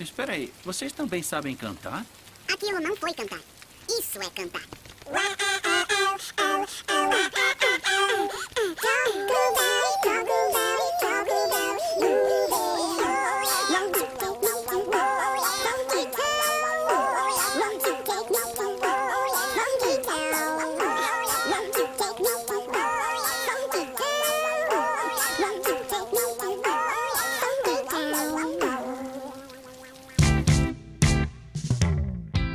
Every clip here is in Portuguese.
Espera aí, vocês também sabem cantar? Aquilo não foi cantar. Isso é cantar.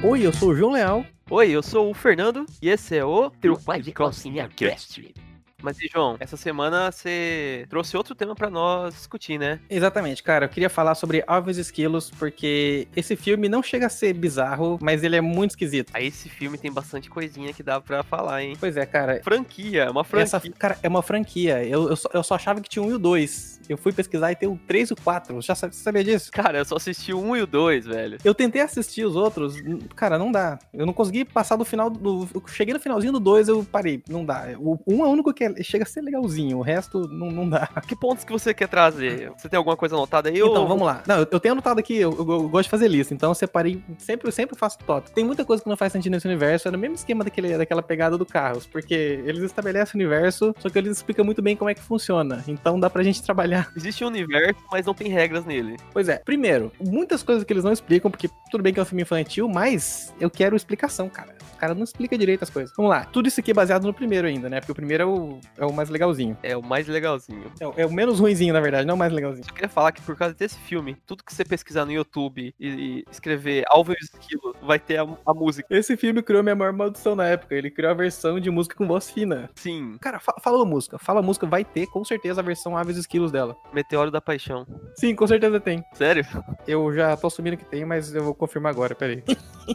Oi, eu sou o João Leal. Oi, eu sou o Fernando e esse é o Teu pai de calcinha cast. Mas e João, essa semana você trouxe outro tema pra nós discutir, né? Exatamente, cara. Eu queria falar sobre Alves e Esquilos, porque esse filme não chega a ser bizarro, mas ele é muito esquisito. Aí esse filme tem bastante coisinha que dá pra falar, hein? Pois é, cara. Franquia, é uma franquia. Essa, cara, é uma franquia. Eu, eu, só, eu só achava que tinha um e o dois. Eu fui pesquisar e tem o três e o quatro. Já sa- você sabia disso? Cara, eu só assisti o um e o dois, velho. Eu tentei assistir os outros, n- cara, não dá. Eu não consegui passar do final do. Eu cheguei no finalzinho do dois, eu parei. Não dá. O um é o único que é- chega a ser legalzinho, o resto não, não dá. Que pontos que você quer trazer? Você tem alguma coisa anotada aí? ou- Então, vamos lá. Não, eu- eu tenho anotado aqui, eu, eu- eu gosto de fazer lista, então eu separei, sempre, eu sempre faço top. Tem muita coisa que não faz sentido nesse universo, é no mesmo esquema daquele, daquela pegada do Carros, porque eles estabelecem o universo, só que eles explicam muito bem como é que funciona, então dá pra gente trabalhar. Existe um universo, mas não tem regras nele. Pois é, primeiro, muitas coisas que eles não explicam, porque tudo bem que é um filme infantil, mas eu quero explicação, cara. O cara não explica direito as coisas. Vamos lá, tudo isso aqui é baseado no primeiro ainda, né? Porque o primeiro é o, é o mais legalzinho. É o mais legalzinho. É o, é o menos ruinzinho, na verdade, não o mais legalzinho. Só queria falar que por causa desse filme, tudo que você pesquisar no YouTube e, e escrever Alves e Esquilos vai ter a, a música. Esse filme criou minha maior maldição na época. Ele criou a versão de música com voz fina. Sim, Cara, fa- fala da música. Fala a música, vai ter com certeza a versão Aves e Esquilos dela. Meteoro da Paixão. Sim, com certeza tem. Sério? Eu já tô assumindo que tem, mas eu vou confirmar agora, peraí.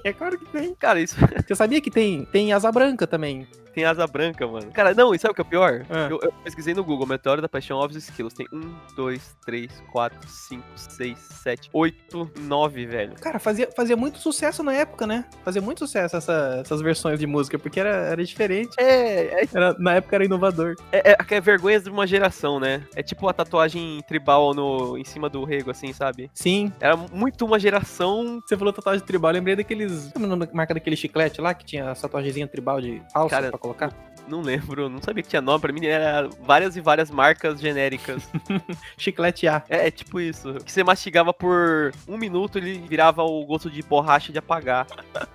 é claro que tem. Cara, isso Você sabia que tem? Tem Asa Branca também. tem asa branca, mano. Cara, não, e sabe o que é o pior? Ah. Eu, eu pesquisei no Google, Meteoro da Paixão, Alves e Esquilos. Tem 1, 2, 3, 4, 5, 6, 7, 8, 9, velho. Cara, fazia, fazia muito sucesso na época, né? Fazia muito sucesso essa- essas versões de música, porque era, era diferente. É, é, Era- na época era inovador. é, é, é vergonha de uma geração, né? É tipo a tatuagem tribal no, em cima do rego, assim, sabe? Sim. Era muito uma geração. Você falou tatuagem tribal, eu lembrei daqueles. Lembra o nome da marca daquele chiclete lá que tinha a tatuagemzinha tribal de falsa Cara, pra colocar? Não lembro, não sabia que tinha nome. Pra mim era várias e várias marcas genéricas. Chiclete A. é, é tipo isso. Que você mastigava por um minuto, ele virava o gosto de borracha de apagar.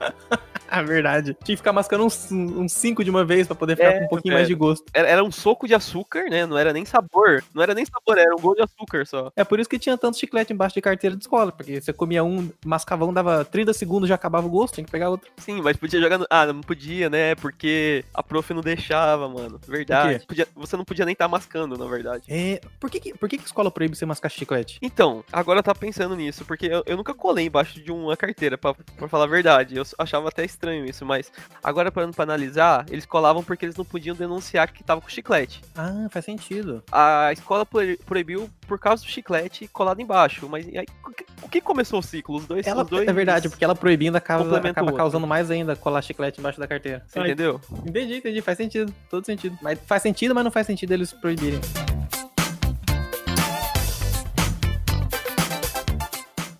É Ah, verdade. Tinha que ficar mascando uns, uns cinco de uma vez pra poder ficar É, com um pouquinho velho. mais de gosto. Era, era um soco de açúcar, né? Não era nem sabor. Não era nem sabor, era um gol de açúcar só. É por isso que tinha tanto chiclete embaixo de carteira de escola, porque você comia um, mascava um, dava 30 segundos, já acabava o gosto, tinha que pegar outro. Sim, mas podia jogar no... Ah, não podia, né? Porque a prof não deixava, mano. Verdade. Podia- Você não podia nem estar mascando, na verdade. É, por que, que- por que, que a escola proíbe você mascar chiclete? Então, agora eu tava pensando nisso, porque eu, eu nunca colei embaixo de uma carteira, pra, pra falar a verdade. Eu s- achava até estranho isso, mas agora parando pra analisar, eles colavam porque eles não podiam denunciar que tava com chiclete. Ah, faz sentido. A escola pro- proibiu por causa do chiclete colado embaixo, mas e aí, o que- o que começou o ciclo? Os dois, Ela, os dois é verdade, porque ela proibindo acaba, complementa o acaba outro. Ah, causando mais ainda colar chiclete embaixo da carteira. Você entendeu? Entendi, entendi, faz sentido, todo sentido. Mas faz sentido, mas não faz sentido eles proibirem.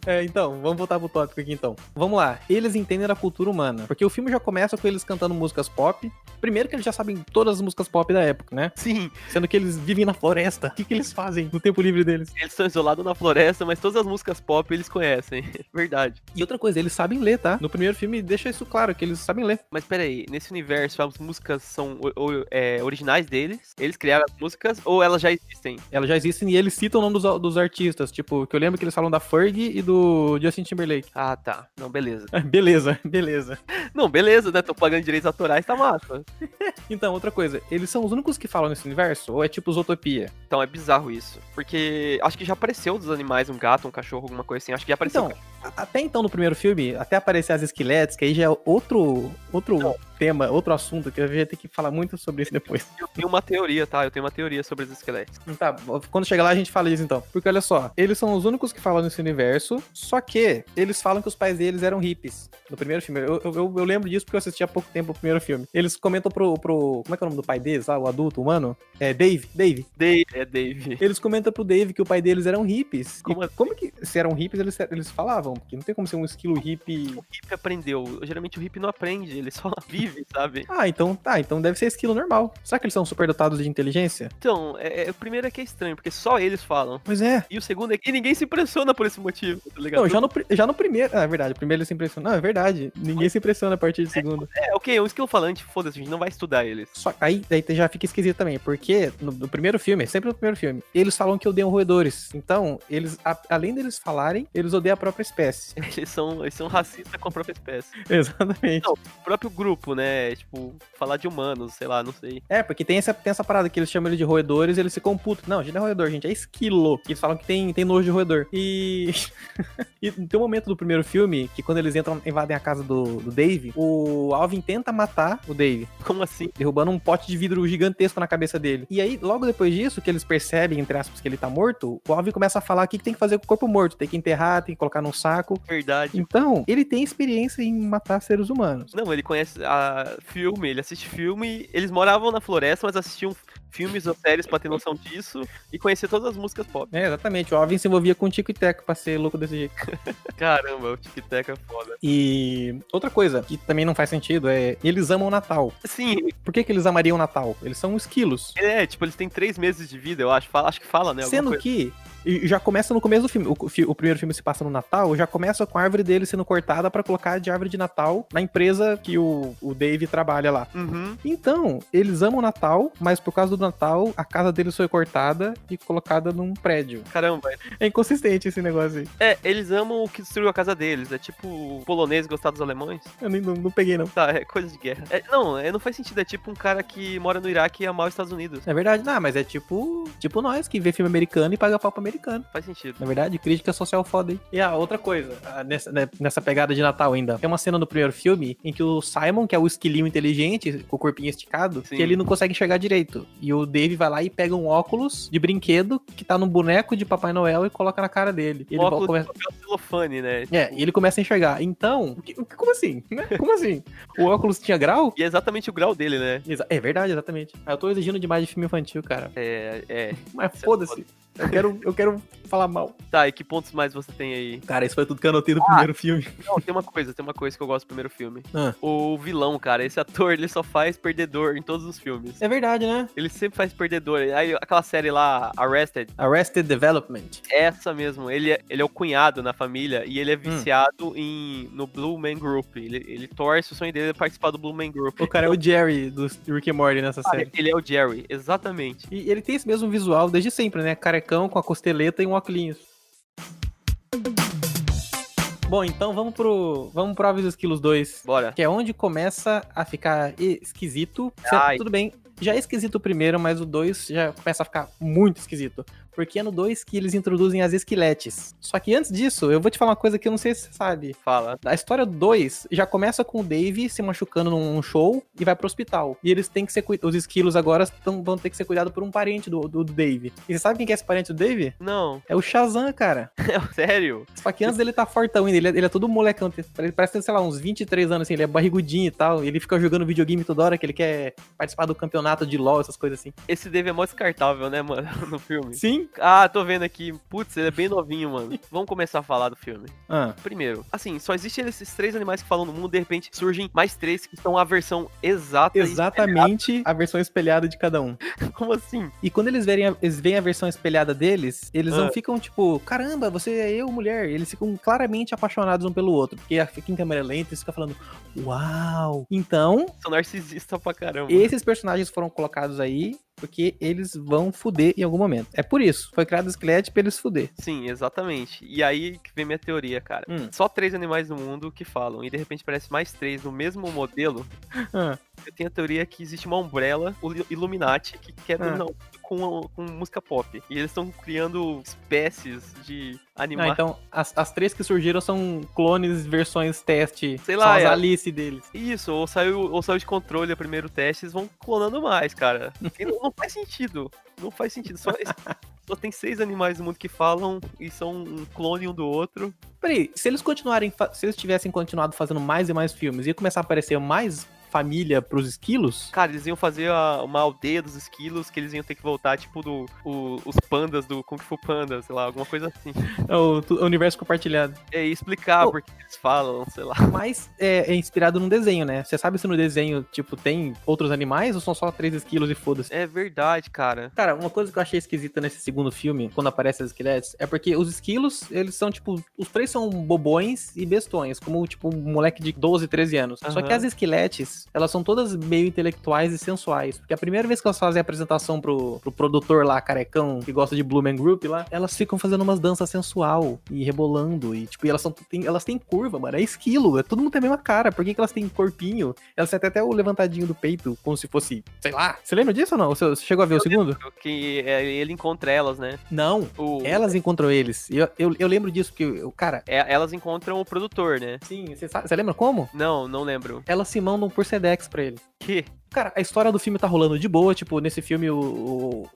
É, então, vamos voltar pro tópico aqui então. Vamos lá, eles entendem a cultura humana. Porque o filme já começa com eles cantando músicas pop. Primeiro que eles já sabem todas as músicas pop da época, né? Sim, Sendo que eles vivem na floresta. O que, que eles fazem no tempo livre deles? eles estão isolados na floresta, mas todas as músicas pop eles conhecem. verdade. E outra coisa, eles sabem ler, tá? No primeiro filme deixa isso claro, que eles sabem ler. Mas peraí, nesse universo as músicas são o- o- é, originais deles? Eles criaram as músicas ou elas já existem? Elas já existem e eles citam o nome dos, dos artistas. Tipo, que eu lembro que eles falam da Ferg e do Justin Timberlake. Ah, tá. Não, beleza. Beleza, beleza. Não, beleza, né? Tô pagando direitos autorais, tá massa. Então, outra coisa, eles são os únicos que falam nesse universo? Ou é tipo Zootopia? Então é bizarro isso. Porque acho que já apareceu dos animais um gato, um cachorro, alguma coisa assim. Acho que já apareceu. Então, a- até então no primeiro filme, até aparecer as esqueletes, que aí já é outro, outro tema, outro assunto, que eu ia ter que falar muito sobre isso depois. Eu tenho uma teoria, tá? Eu tenho uma teoria sobre os esqueletos. Tá, quando chegar lá a gente fala isso então. Porque olha só, eles são os únicos que falam nesse universo, só que eles falam que os pais deles eram hippies no primeiro filme. Eu, eu, eu- eu lembro disso porque eu assisti há pouco tempo o primeiro filme. Eles comentam pro, pro. Como é que é o nome do pai deles lá? O adulto, humano? É Dave? Dave. Dave, é Dave. Eles comentam pro Dave que o pai deles eram hippies. E Como assim? como que se eram hippies, eles, eles falavam colavam, porque não tem como ser um esquilo hippie. O hippie aprendeu. Geralmente o hippie não aprende, ele só vive, sabe? Ah, então tá, então deve ser esquilo normal. Será que eles são superdotados de inteligência? Então, é, é- o primeiro é que é estranho, porque só eles falam. Pois é. E o segundo é que ninguém se impressiona por esse motivo, tá ligado? Não, já no, pri- já no primeiro. Ah, é verdade. Primeiro ele se impressiona. Não, é verdade. Ninguém se impressiona a partir do segundo. É, ok, é um skill falante, foda-se, a gente não vai estudar eles. Só aí, daí já fica esquisito também, porque no, no primeiro filme, é sempre no primeiro filme, eles falam que odeiam roedores. Então, eles, a- além deles falarem, eles odeiam a própria espécie. Eles são, eles são racistas com a própria espécie. Exatamente. O próprio grupo, né? Tipo, falar de humanos, sei lá, não sei. É, porque tem essa, tem essa parada que eles chamam ele de roedores e eles se computam. Não, a gente não é roedor, gente, é esquilo. Eles falam que tem, tem nojo de roedor. E. e tem um momento do primeiro filme que quando eles entram, invadem a casa do, do Dave, o Alvin tenta matar o Dave. Como assim? derrubando um pote de vidro gigantesco na cabeça dele. E aí, logo depois disso, que eles percebem, entre aspas, que ele tá morto, o Alvin começa a falar o que que tem que fazer com o corpo morto. Tem que enterrar, tem que colocar num saco. Verdade. Então, ele tem experiência em matar seres humanos. Não, ele conhece a filme, ele assiste filme. Eles moravam na floresta, mas assistiam filmes ou séries pra ter noção disso e conhecer todas as músicas pop. É, exatamente. O Alvin se envolvia com Tico e Teco pra ser louco desse jeito. Caramba, o Tic Tac é foda. E outra coisa que também não faz sentido é eles amam o Natal. Sim, Por que, que eles amariam o Natal? Eles são esquilos. é, tipo, eles têm três meses de vida, eu acho. Fala- acho que fala, né? alguma Sendo coisa. que e já começa no começo do filme. O, fi- o primeiro filme se passa no Natal, já começa com a árvore dele sendo cortada pra colocar de árvore de Natal na empresa que o, o Dave trabalha lá. Uhum. Então, eles amam o Natal, mas por causa do Natal, a casa deles foi cortada e colocada num prédio. Caramba. É inconsistente esse negócio aí. É, eles amam o que destruiu a casa deles. É tipo polonês gostar dos alemães. Eu nem, não, não peguei, não. Tá, é coisa de guerra. É, não, é, não faz sentido. É tipo um cara que mora no Iraque e amar os Estados Unidos. É verdade, não, mas é tipo, tipo nós que vê filme americano e paga pau pro americano. Faz sentido. Na verdade, crítica social foda, hein? E a outra coisa, ah, nessa, né, nessa pegada de Natal ainda, tem uma cena no primeiro filme em que o Simon, que é o esquilinho inteligente, com o corpinho esticado, Sim. que ele não consegue enxergar direito. E o Dave vai lá e pega um óculos de brinquedo que tá num boneco de Papai Noel e coloca na cara dele. E O Ele óculos começa... de papel celofane, né? É, e ele começa a enxergar. Então, o que- o que- como assim? né? Como assim? O óculos tinha grau? E é exatamente o grau dele, né? Exa- É verdade, exatamente. Ah, eu tô exigindo demais de filme infantil, cara. É, é. Mas foda-se. Eu quero, eu quero falar mal. Ah, Tá, e que pontos mais você tem aí? Cara, isso foi tudo que eu anotei do primeiro filme. Não, tem uma coisa, tem uma coisa que eu gosto do primeiro filme. Ah. O vilão, cara, esse ator, ele só faz perdedor em todos os filmes. É verdade, né? Ele sempre faz perdedor. Aí aquela série lá, Arrested, Arrested Development. essa mesmo. Ele é, ele é o cunhado na família e Hum. ele é viciado em no Blue Man Group. Ele, ele torce o sonho dele é participar do Blue Man Group. O cara é o Jerry do Rick and Morty nessa Cara, série. ele é o Jerry, exatamente. E ele tem esse mesmo visual desde sempre, né? Carecão com a costeleta e um óculos. Bom, então vamos pro vamos pro Aves e Esquilos 2, Bora. que é onde começa a ficar esquisito. Ai. Tudo bem, já é esquisito o primeiro, mas o 2 já começa a ficar muito esquisito. Porque é no 2 que eles introduzem as esqueletes. Só que antes disso, eu vou te falar uma coisa que eu não sei se você sabe. Fala. A história 2 já começa com o Dave se machucando num show e vai pro hospital. E eles têm que ser cuidados. Os esquilos agora tão- vão ter que ser cuidados por um parente do, do, do Dave. E você sabe quem que é esse parente do Dave? Não, É o Shazam, cara. sério? Só que antes dele tá fortão ainda, ele, é- ele é todo molecão. tem- Ele parece ter, sei lá, uns 23 anos, assim, ele é barrigudinho e tal. E ele fica jogando videogame toda hora que ele quer participar do campeonato de LOL, essas coisas assim. Esse Dave é mó descartável, né, mano, no filme. Sim? Ah, tô vendo aqui. Putz, ele é bem novinho, mano. Vamos começar a falar do filme. Ah, Primeiro, assim, só existem esses três animais que falam no mundo, de repente surgem mais três que são a versão exata. e- exatamente a versão espelhada de cada um. Como assim? E quando eles verem a, eles veem a versão espelhada deles, eles não Ah. ficam tipo, caramba, você é eu, mulher. Eles ficam claramente apaixonados um pelo outro. Porque fica em câmera lenta e fica falando, uau. Então, São narcisistas pra caramba. esses personagens foram colocados aí porque eles vão fuder em algum momento. É por isso. Foi criado o esqueleto pra eles fuder. Sim, exatamente. E aí que vem minha teoria, cara. Hum. Só três animais no mundo que falam, e de repente parece mais três no mesmo modelo. Ah. Eu tenho a teoria que existe uma umbrella, o Ilu- Illuminati, que quer Ah. dominar o mundo com, com música pop. E eles estão criando espécies de Ah, animais. então, as, as três que surgiram são clones, versões teste. Sei lá, São as é. Alice deles. Isso, ou saiu, ou saiu de controle o primeiro teste, eles vão clonando mais, cara. E não, não faz sentido. Não faz sentido. Só, só tem seis animais no mundo que falam e são um clone um do outro. Peraí, se eles continuarem, fa- se eles tivessem continuado fazendo mais e mais filmes, ia começar a aparecer mais família pros esquilos? Cara, eles iam fazer a- uma aldeia dos esquilos que eles iam ter que voltar, tipo, do, o- os pandas do Kung Fu Panda, sei lá, alguma coisa assim. É o, tu- o universo compartilhado. É, e explicar Pô. porque eles falam, sei lá. Mas é, é inspirado num desenho, né? Você sabe se no desenho, tipo, tem outros animais ou são só três esquilos e foda-se? É verdade, cara. Cara, uma coisa que eu achei esquisita nesse segundo filme, quando aparecem as esqueletos, é porque os esquilos, eles são, tipo, os três são bobões e bestões, como, tipo, um moleque de 12, 13 anos. Só Aham. que as esqueletes, elas são todas meio intelectuais e sensuais. Porque a primeira vez que elas fazem a apresentação pro, pro produtor lá, carecão, que gosta de Blue Man Group lá, elas ficam fazendo umas danças sensual e rebolando. E, tipo, e elas, são, tem- elas têm curva, mano. É esquilo. É, todo mundo tem a mesma cara. Por que, que elas têm corpinho? Elas têm até, até o levantadinho do peito, como se fosse, sei lá. Você lembra disso ou não? Você você chegou a ver o segundo? Que é, ele encontra elas, né? Não, O, elas encontram eles. E Eu, eu, eu lembro disso, porque, eu, cara. é, elas encontram o produtor, né? Sim, você sabe- você lembra como? Não, não lembro. Elas se mandam por Sedex pra ele. Que? Cara, a história do filme tá rolando de boa. Tipo, nesse filme, o-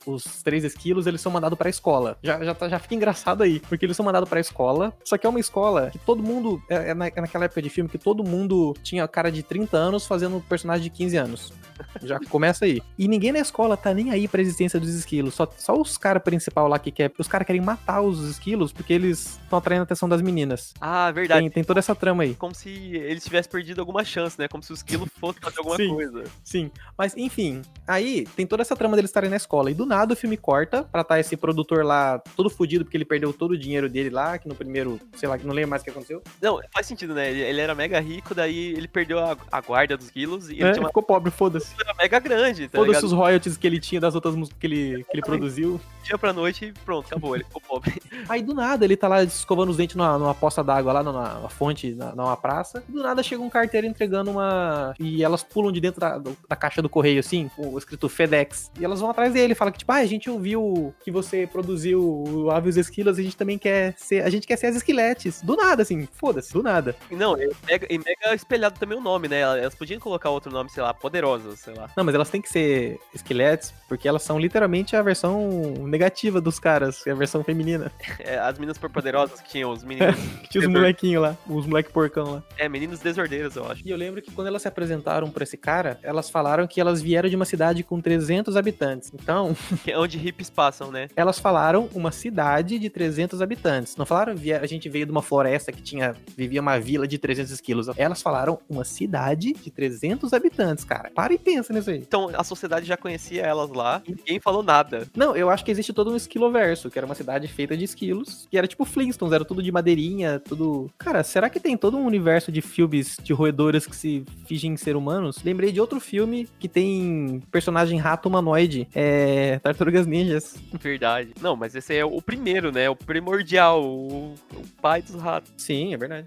o- os três esquilos, eles são mandados pra escola. Já, já, tá- já fica engraçado aí, porque eles são mandados pra escola. Só que é uma escola que todo mundo. É, é na- é naquela época de filme que todo mundo tinha cara de 30 anos fazendo um personagem de 15 anos. Já começa aí. E ninguém na escola tá nem aí pra existência dos esquilos. Só, só os caras principal lá que quer. Os caras querem matar os esquilos porque eles estão atraindo a atenção das meninas. Ah, verdade. Tem, tem toda essa trama aí. Como se eles tivessem perdido alguma chance, né? Como se o esquilo fosse fazer alguma Sim. coisa. Sim, mas enfim, aí tem toda essa trama deles estarem na escola. E do nada o filme corta pra tá esse produtor lá todo fudido, porque ele perdeu todo o dinheiro dele lá, que no primeiro, sei lá, que não lembro mais o que aconteceu. Não, faz sentido, né? Ele, ele era mega rico, daí ele perdeu a, a guarda dos quilos e ele Né? tinha uma Ficou pobre, foda-se. coisa mega grande, tá Todos ligado? os royalties que ele tinha das outras músicas que ele, que ele produziu. dia pra noite e pronto, acabou, ele ficou pobre. Aí do nada ele tá lá escovando os dentes numa, numa poça d'água lá, numa, numa fonte, na- numa praça. E do nada chega um carteiro entregando uma. E elas pulam de dentro da, do- da caixa do correio, assim, com o escrito FedEx. E elas vão atrás dele, fala que, tipo, ah, a gente ouviu que você produziu o Ave e os Esquilos, a gente também quer ser. A gente quer ser as esqueletes. Do nada, assim, foda-se, do nada. E Não, e mega, e mega espelhado também o nome, né? Elas podiam colocar outro nome, sei lá, poderosas, sei lá. Não, mas elas têm que ser esqueletes, porque elas são literalmente a versão negativa dos caras, a versão feminina. É, as meninas por poderosas que tinham os meninos. Que tinha os molequinhos lá, os moleque porcão lá. É, meninos desordeiros, eu acho. E eu lembro que quando elas se apresentaram pra esse cara, elas falaram que elas vieram de uma cidade com 300 habitantes. Então, Que é onde hippies passam, né? elas falaram uma cidade de 300 habitantes. Não falaram "Vie- a gente veio de uma floresta que tinha vivia uma vila de 300 quilos. Elas falaram uma cidade de 300 habitantes, cara. Para e pensa nisso aí. Então a sociedade já conhecia elas lá e ninguém falou nada. Não, eu acho que existe todo um esquiloverso, que era uma cidade feita de esquilos, que era tipo Flintstones, era tudo de madeirinha, tudo. Cara, será que tem todo um universo de filmes de roedores que se fingem ser humanos? Lembrei de outro filme que tem personagem rato humanoide, é. Tartarugas Ninjas. Verdade. Não, mas esse é o primeiro, né? O primordial, o, o pai dos ratos. Sim, é verdade.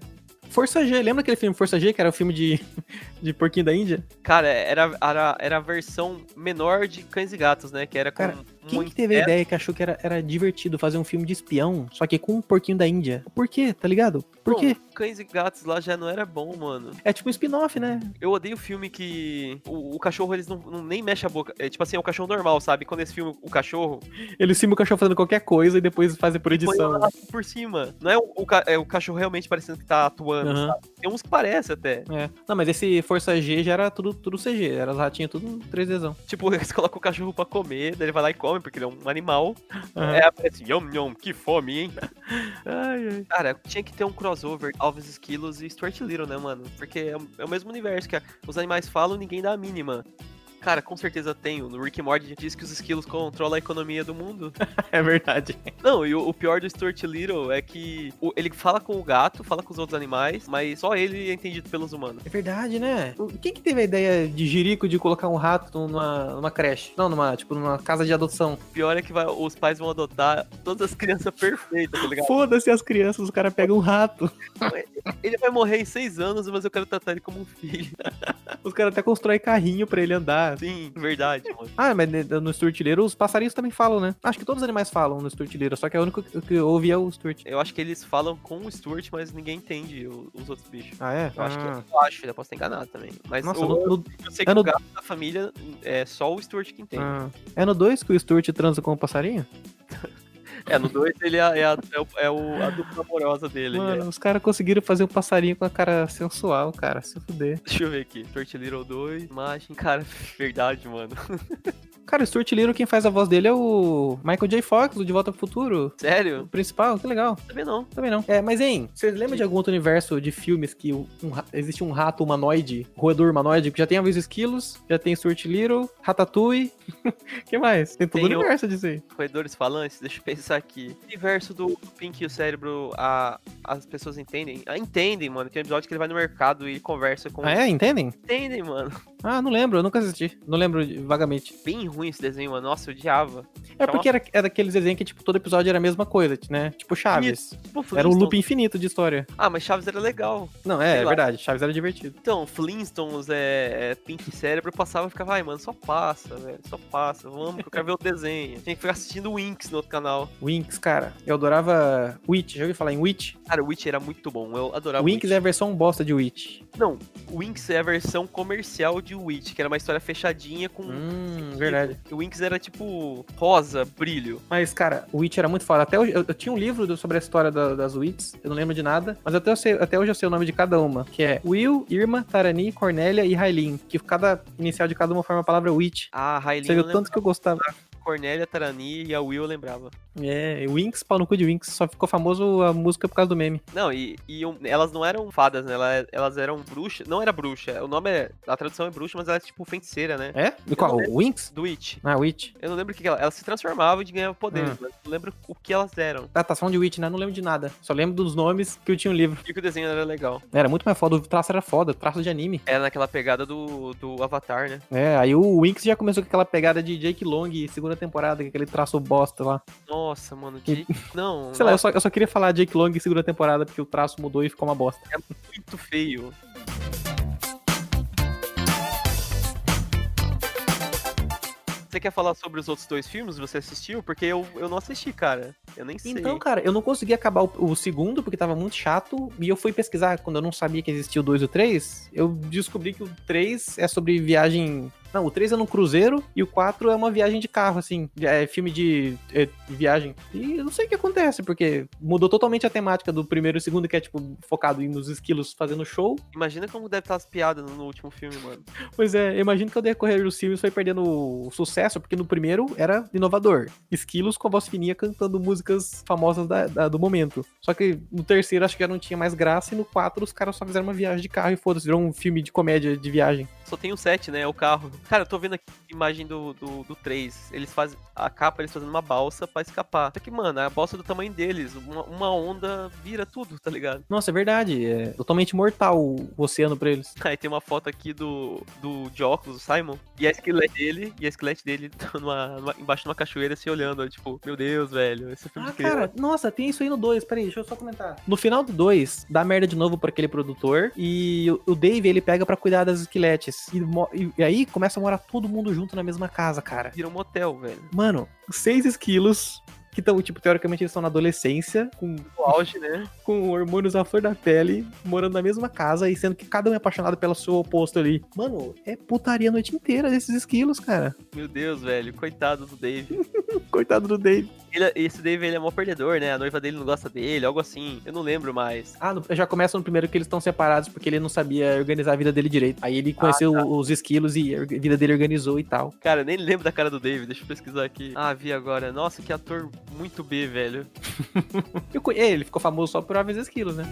Força G, lembra aquele filme Força G, que era o filme de, de Porquinho da Índia? Cara, era, era, era a versão menor de cães e gatos, né? Que era com Cara, Quem muito que teve a inseto. ideia que achou que era, era divertido fazer um filme de espião, só que com um porquinho da Índia? Por quê, tá ligado? Por Bom, quê? Cães e gatos lá já não era bom, mano. É tipo um spin-off, né? Eu odeio filme que o, o cachorro eles não, não- nem mexe a boca. É tipo assim, é um cachorro normal, sabe? Quando esse filme o cachorro Eles filmam o cachorro fazendo qualquer coisa e depois fazem por põe edição. lá por cima. Não é o, o ca- é o cachorro realmente parecendo que tá atuando. Aham, Tem uns que parece até. é. Não, mas esse Força G já era tudo, tudo CG, era as ratinhas tudo 3Dzão. Tipo, eles colocam o cachorro pra comer, daí ele vai lá e come, porque ele é um animal. Aham. É, aparece, yum yum, que fome, hein? Ai, ai. Cara, tinha que ter um crossover Alves Esquilos e Stuart Little, né, mano? Porque é o- é o mesmo universo, que a- os animais falam e ninguém dá a mínima. Cara, com certeza tenho. No Rick and Morty diz que os esquilos controlam a economia do mundo. É verdade. Não, e o, o pior do Stuart Little é que o- ele fala com o gato, fala com os outros animais, mas só ele é entendido pelos humanos. É verdade, né? O- Quem que teve a ideia de Jirico de colocar um rato numa, numa creche? Não, numa, tipo, numa casa de adoção. O pior é que vai- os pais vão adotar todas as crianças perfeitas, tá ligado? Foda-se as crianças, os caras pegam um rato. Ele vai morrer em seis anos, mas eu quero tratar ele como um filho. Os caras até constroem carrinho pra ele andar. Sim, verdade, mano. Ah, mas ne- no Sturtileiro os passarinhos também falam, né? Acho que todos os animais falam no Sturtileiro, só que o único que que eu ouvi é o Sturt. Eu acho que eles falam com o Stuart, mas ninguém entende o- os outros bichos. Ah, é? Eu acho que eu acho, eu posso estar enganado também. Mas Nossa, o- no, no- eu sei é que no- o gato da família é só o Stuart que entende. Ah, É no 2 que o Stuart transa com o passarinho? É, no 2 ele é, é, a, é, o, é o- a dupla amorosa dele. Mano, os caras conseguiram fazer o passarinho com a cara sensual, cara. Se fuder. Deixa eu ver aqui. Stuart Little 2, imagem. Cara, verdade, mano. Cara, o Stuart Little, quem faz a voz dele é o Michael J. Fox, do De Volta pro Futuro. O Sério? principal, que legal. Também não. Também não. É, mas hein, vocês lembram de algum outro universo de filmes que um ra- existe um rato humanoide, roedor humanoide, que já tem a vez esquilos, já tem Stuart Little, Ratatouille, que mais? Tem todo Tem o o- universo disso aí. Corredores falantes, deixa eu pensar aqui. O universo do Pink e o cérebro, a, as pessoas entendem? Ah, entendem, mano. Tem um episódio que ele vai no mercado e conversa com. Ah, é? Entendem? Entendem, mano. Ah, não lembro, eu nunca assisti. Não lembro de- vagamente. Bem ruim esse desenho, mano. Nossa, eu odiava. É porque era, era aqueles desenhos que, tipo, todo episódio era a mesma coisa, né? Tipo Chaves. Tipo, Era um Flintstones. loop infinito de história. Ah, mas Chaves era legal. Não, é, Sei é lá. verdade. Chaves era divertido. Então, Flintstones, é, é, Pink Cérebro, eu passava e ficava, ai, mano, só passa, velho, só passa, vamos, que eu quero ver o desenho. Tinha que ficar assistindo Winx no outro canal. Winx, cara. Eu adorava Witch. Já ouviu falar em Witch? Cara, o Witch era muito bom, eu adorava Winx é a versão bosta de Witch. Não, Winx é a versão comercial de Witch, que era uma história fechadinha com... Hum, verdade. O Winx era tipo rosa, brilho. Mas, cara, o Witch era muito foda. Até hoje, eu, eu tinha um livro do- sobre a história da- das Witches, eu não lembro de nada, mas até, eu sei- até hoje eu sei o nome de cada uma, que é Will, Irma, Tarani, Cornélia e Railin, que cada inicial de cada uma forma a palavra Witch. Ah, Railin, Você eu viu lembrava, tanto que eu gostava. Cornélia, Tarani e a Will eu lembrava. É, e Winx, pau no cu de Winx, só ficou famoso a música por causa do meme. Não, e, e um- elas não eram fadas, né, Ela- elas eram bruxas, não era bruxa, o nome é, a tradução é bruxa, mas ela é tipo feiticeira, né, É? E qual? não Winx? do Witch. Ah, Witch. Eu não lembro o que, que ela. Ela se transformava e ganhava poderes, Hum. mas não lembro o que elas eram. Datação de Witch, né? Não lembro de nada. Só lembro dos nomes que eu tinha um livro. E que o desenho era legal. Era muito mais foda, o traço era foda, traço de anime. Era naquela pegada do, do Avatar, né? É, aí o Winx já começou com aquela pegada de Jake Long, segunda temporada, com aquele traço bosta lá. Nossa, mano, que. Não, Sei lá, eu nossa, só, eu só queria falar Jake Long em segunda temporada, porque o traço mudou e ficou uma bosta. muito feio. Você quer falar sobre os outros dois filmes? Você assistiu? Porque eu, eu não assisti, cara. Eu nem sei. Então, cara, eu não consegui acabar o, o segundo, porque tava muito chato, e eu fui pesquisar quando eu não sabia que existia o 2 e o 3, eu descobri que o 3 é sobre viagem... Não, o 3 é num cruzeiro, e o 4 é uma viagem de carro, assim, de- é filme de, é, de viagem. E eu não sei o que acontece, porque mudou totalmente a temática do primeiro e segundo, que é, tipo, focado em- nos esquilos fazendo show, Imagina como deve estar as piadas no último filme, mano. Pois é, eu imagino que ao decorrer dos filmes foi perdendo o sucesso, porque no primeiro era inovador. Esquilos com a voz fininha cantando músicas famosas da- da- do momento. Só que no terceiro acho que já não tinha mais graça, e no quatro os caras só fizeram uma viagem de carro e foda-se, virou um filme de comédia de viagem. Só tem o 7, né? É o carro. Cara, eu tô vendo aqui a imagem do, do, do 3. Eles fazem. A capa eles fazendo uma balsa pra escapar. Só que, mano, a balsa é do tamanho deles. Uma, uma onda vira tudo, tá ligado? Nossa, é verdade, é totalmente mortal o oceano pra eles. Aí tem uma foto aqui do, do de óculos, o Simon. E a esquelete dele. E a esquelete dele tá numa, numa- embaixo de uma cachoeira se olhando. eu, Tipo, meu Deus, velho. Esse filme Ah, de criança. cara, nossa, tem isso aí no 2, peraí, deixa eu só comentar. No final do 2, dá merda de novo pra aquele produtor e o- o Dave, ele pega pra cuidar das esqueletes. E, mo- e- e aí começa a morar todo mundo junto na mesma casa, cara. Vira um motel, velho. Mano, 6 esquilos que estão, tipo, teoricamente eles estão na adolescência, com, O auge, né? com hormônios à flor da pele, morando na mesma casa e sendo que cada um é apaixonado pelo seu oposto ali. Mano, é putaria a noite inteira desses esquilos, cara. Meu Deus, velho. Coitado do Dave. Coitado do Dave. Ele- esse Dave, ele é mó perdedor, né? A noiva dele não gosta dele, algo assim. Eu não lembro mais. Ah, no- já começa no primeiro que eles estão separados porque ele não sabia organizar a vida dele direito. Aí ele conheceu os esquilos e a orga- vida dele organizou e tal. Cara, nem lembro da cara do David, deixa eu pesquisar aqui. Ah, vi agora. Nossa, que ator muito B, velho. Eu conhe- é, ele ficou famoso só por Aves e Esquilos, né?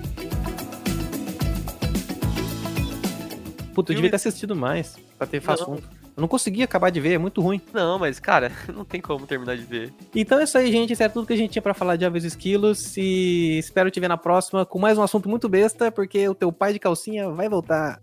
Puta, eu Filme- devia ter assistido mais pra ter Não. assunto. Eu não consegui acabar de ver, é muito ruim. Não, mas, cara, não tem como terminar de ver. Então é isso aí, gente. Isso era tudo que a gente tinha pra falar de Aves e Esquilos. E espero te ver na próxima com mais um assunto muito besta, porque o teu pai de calcinha vai voltar.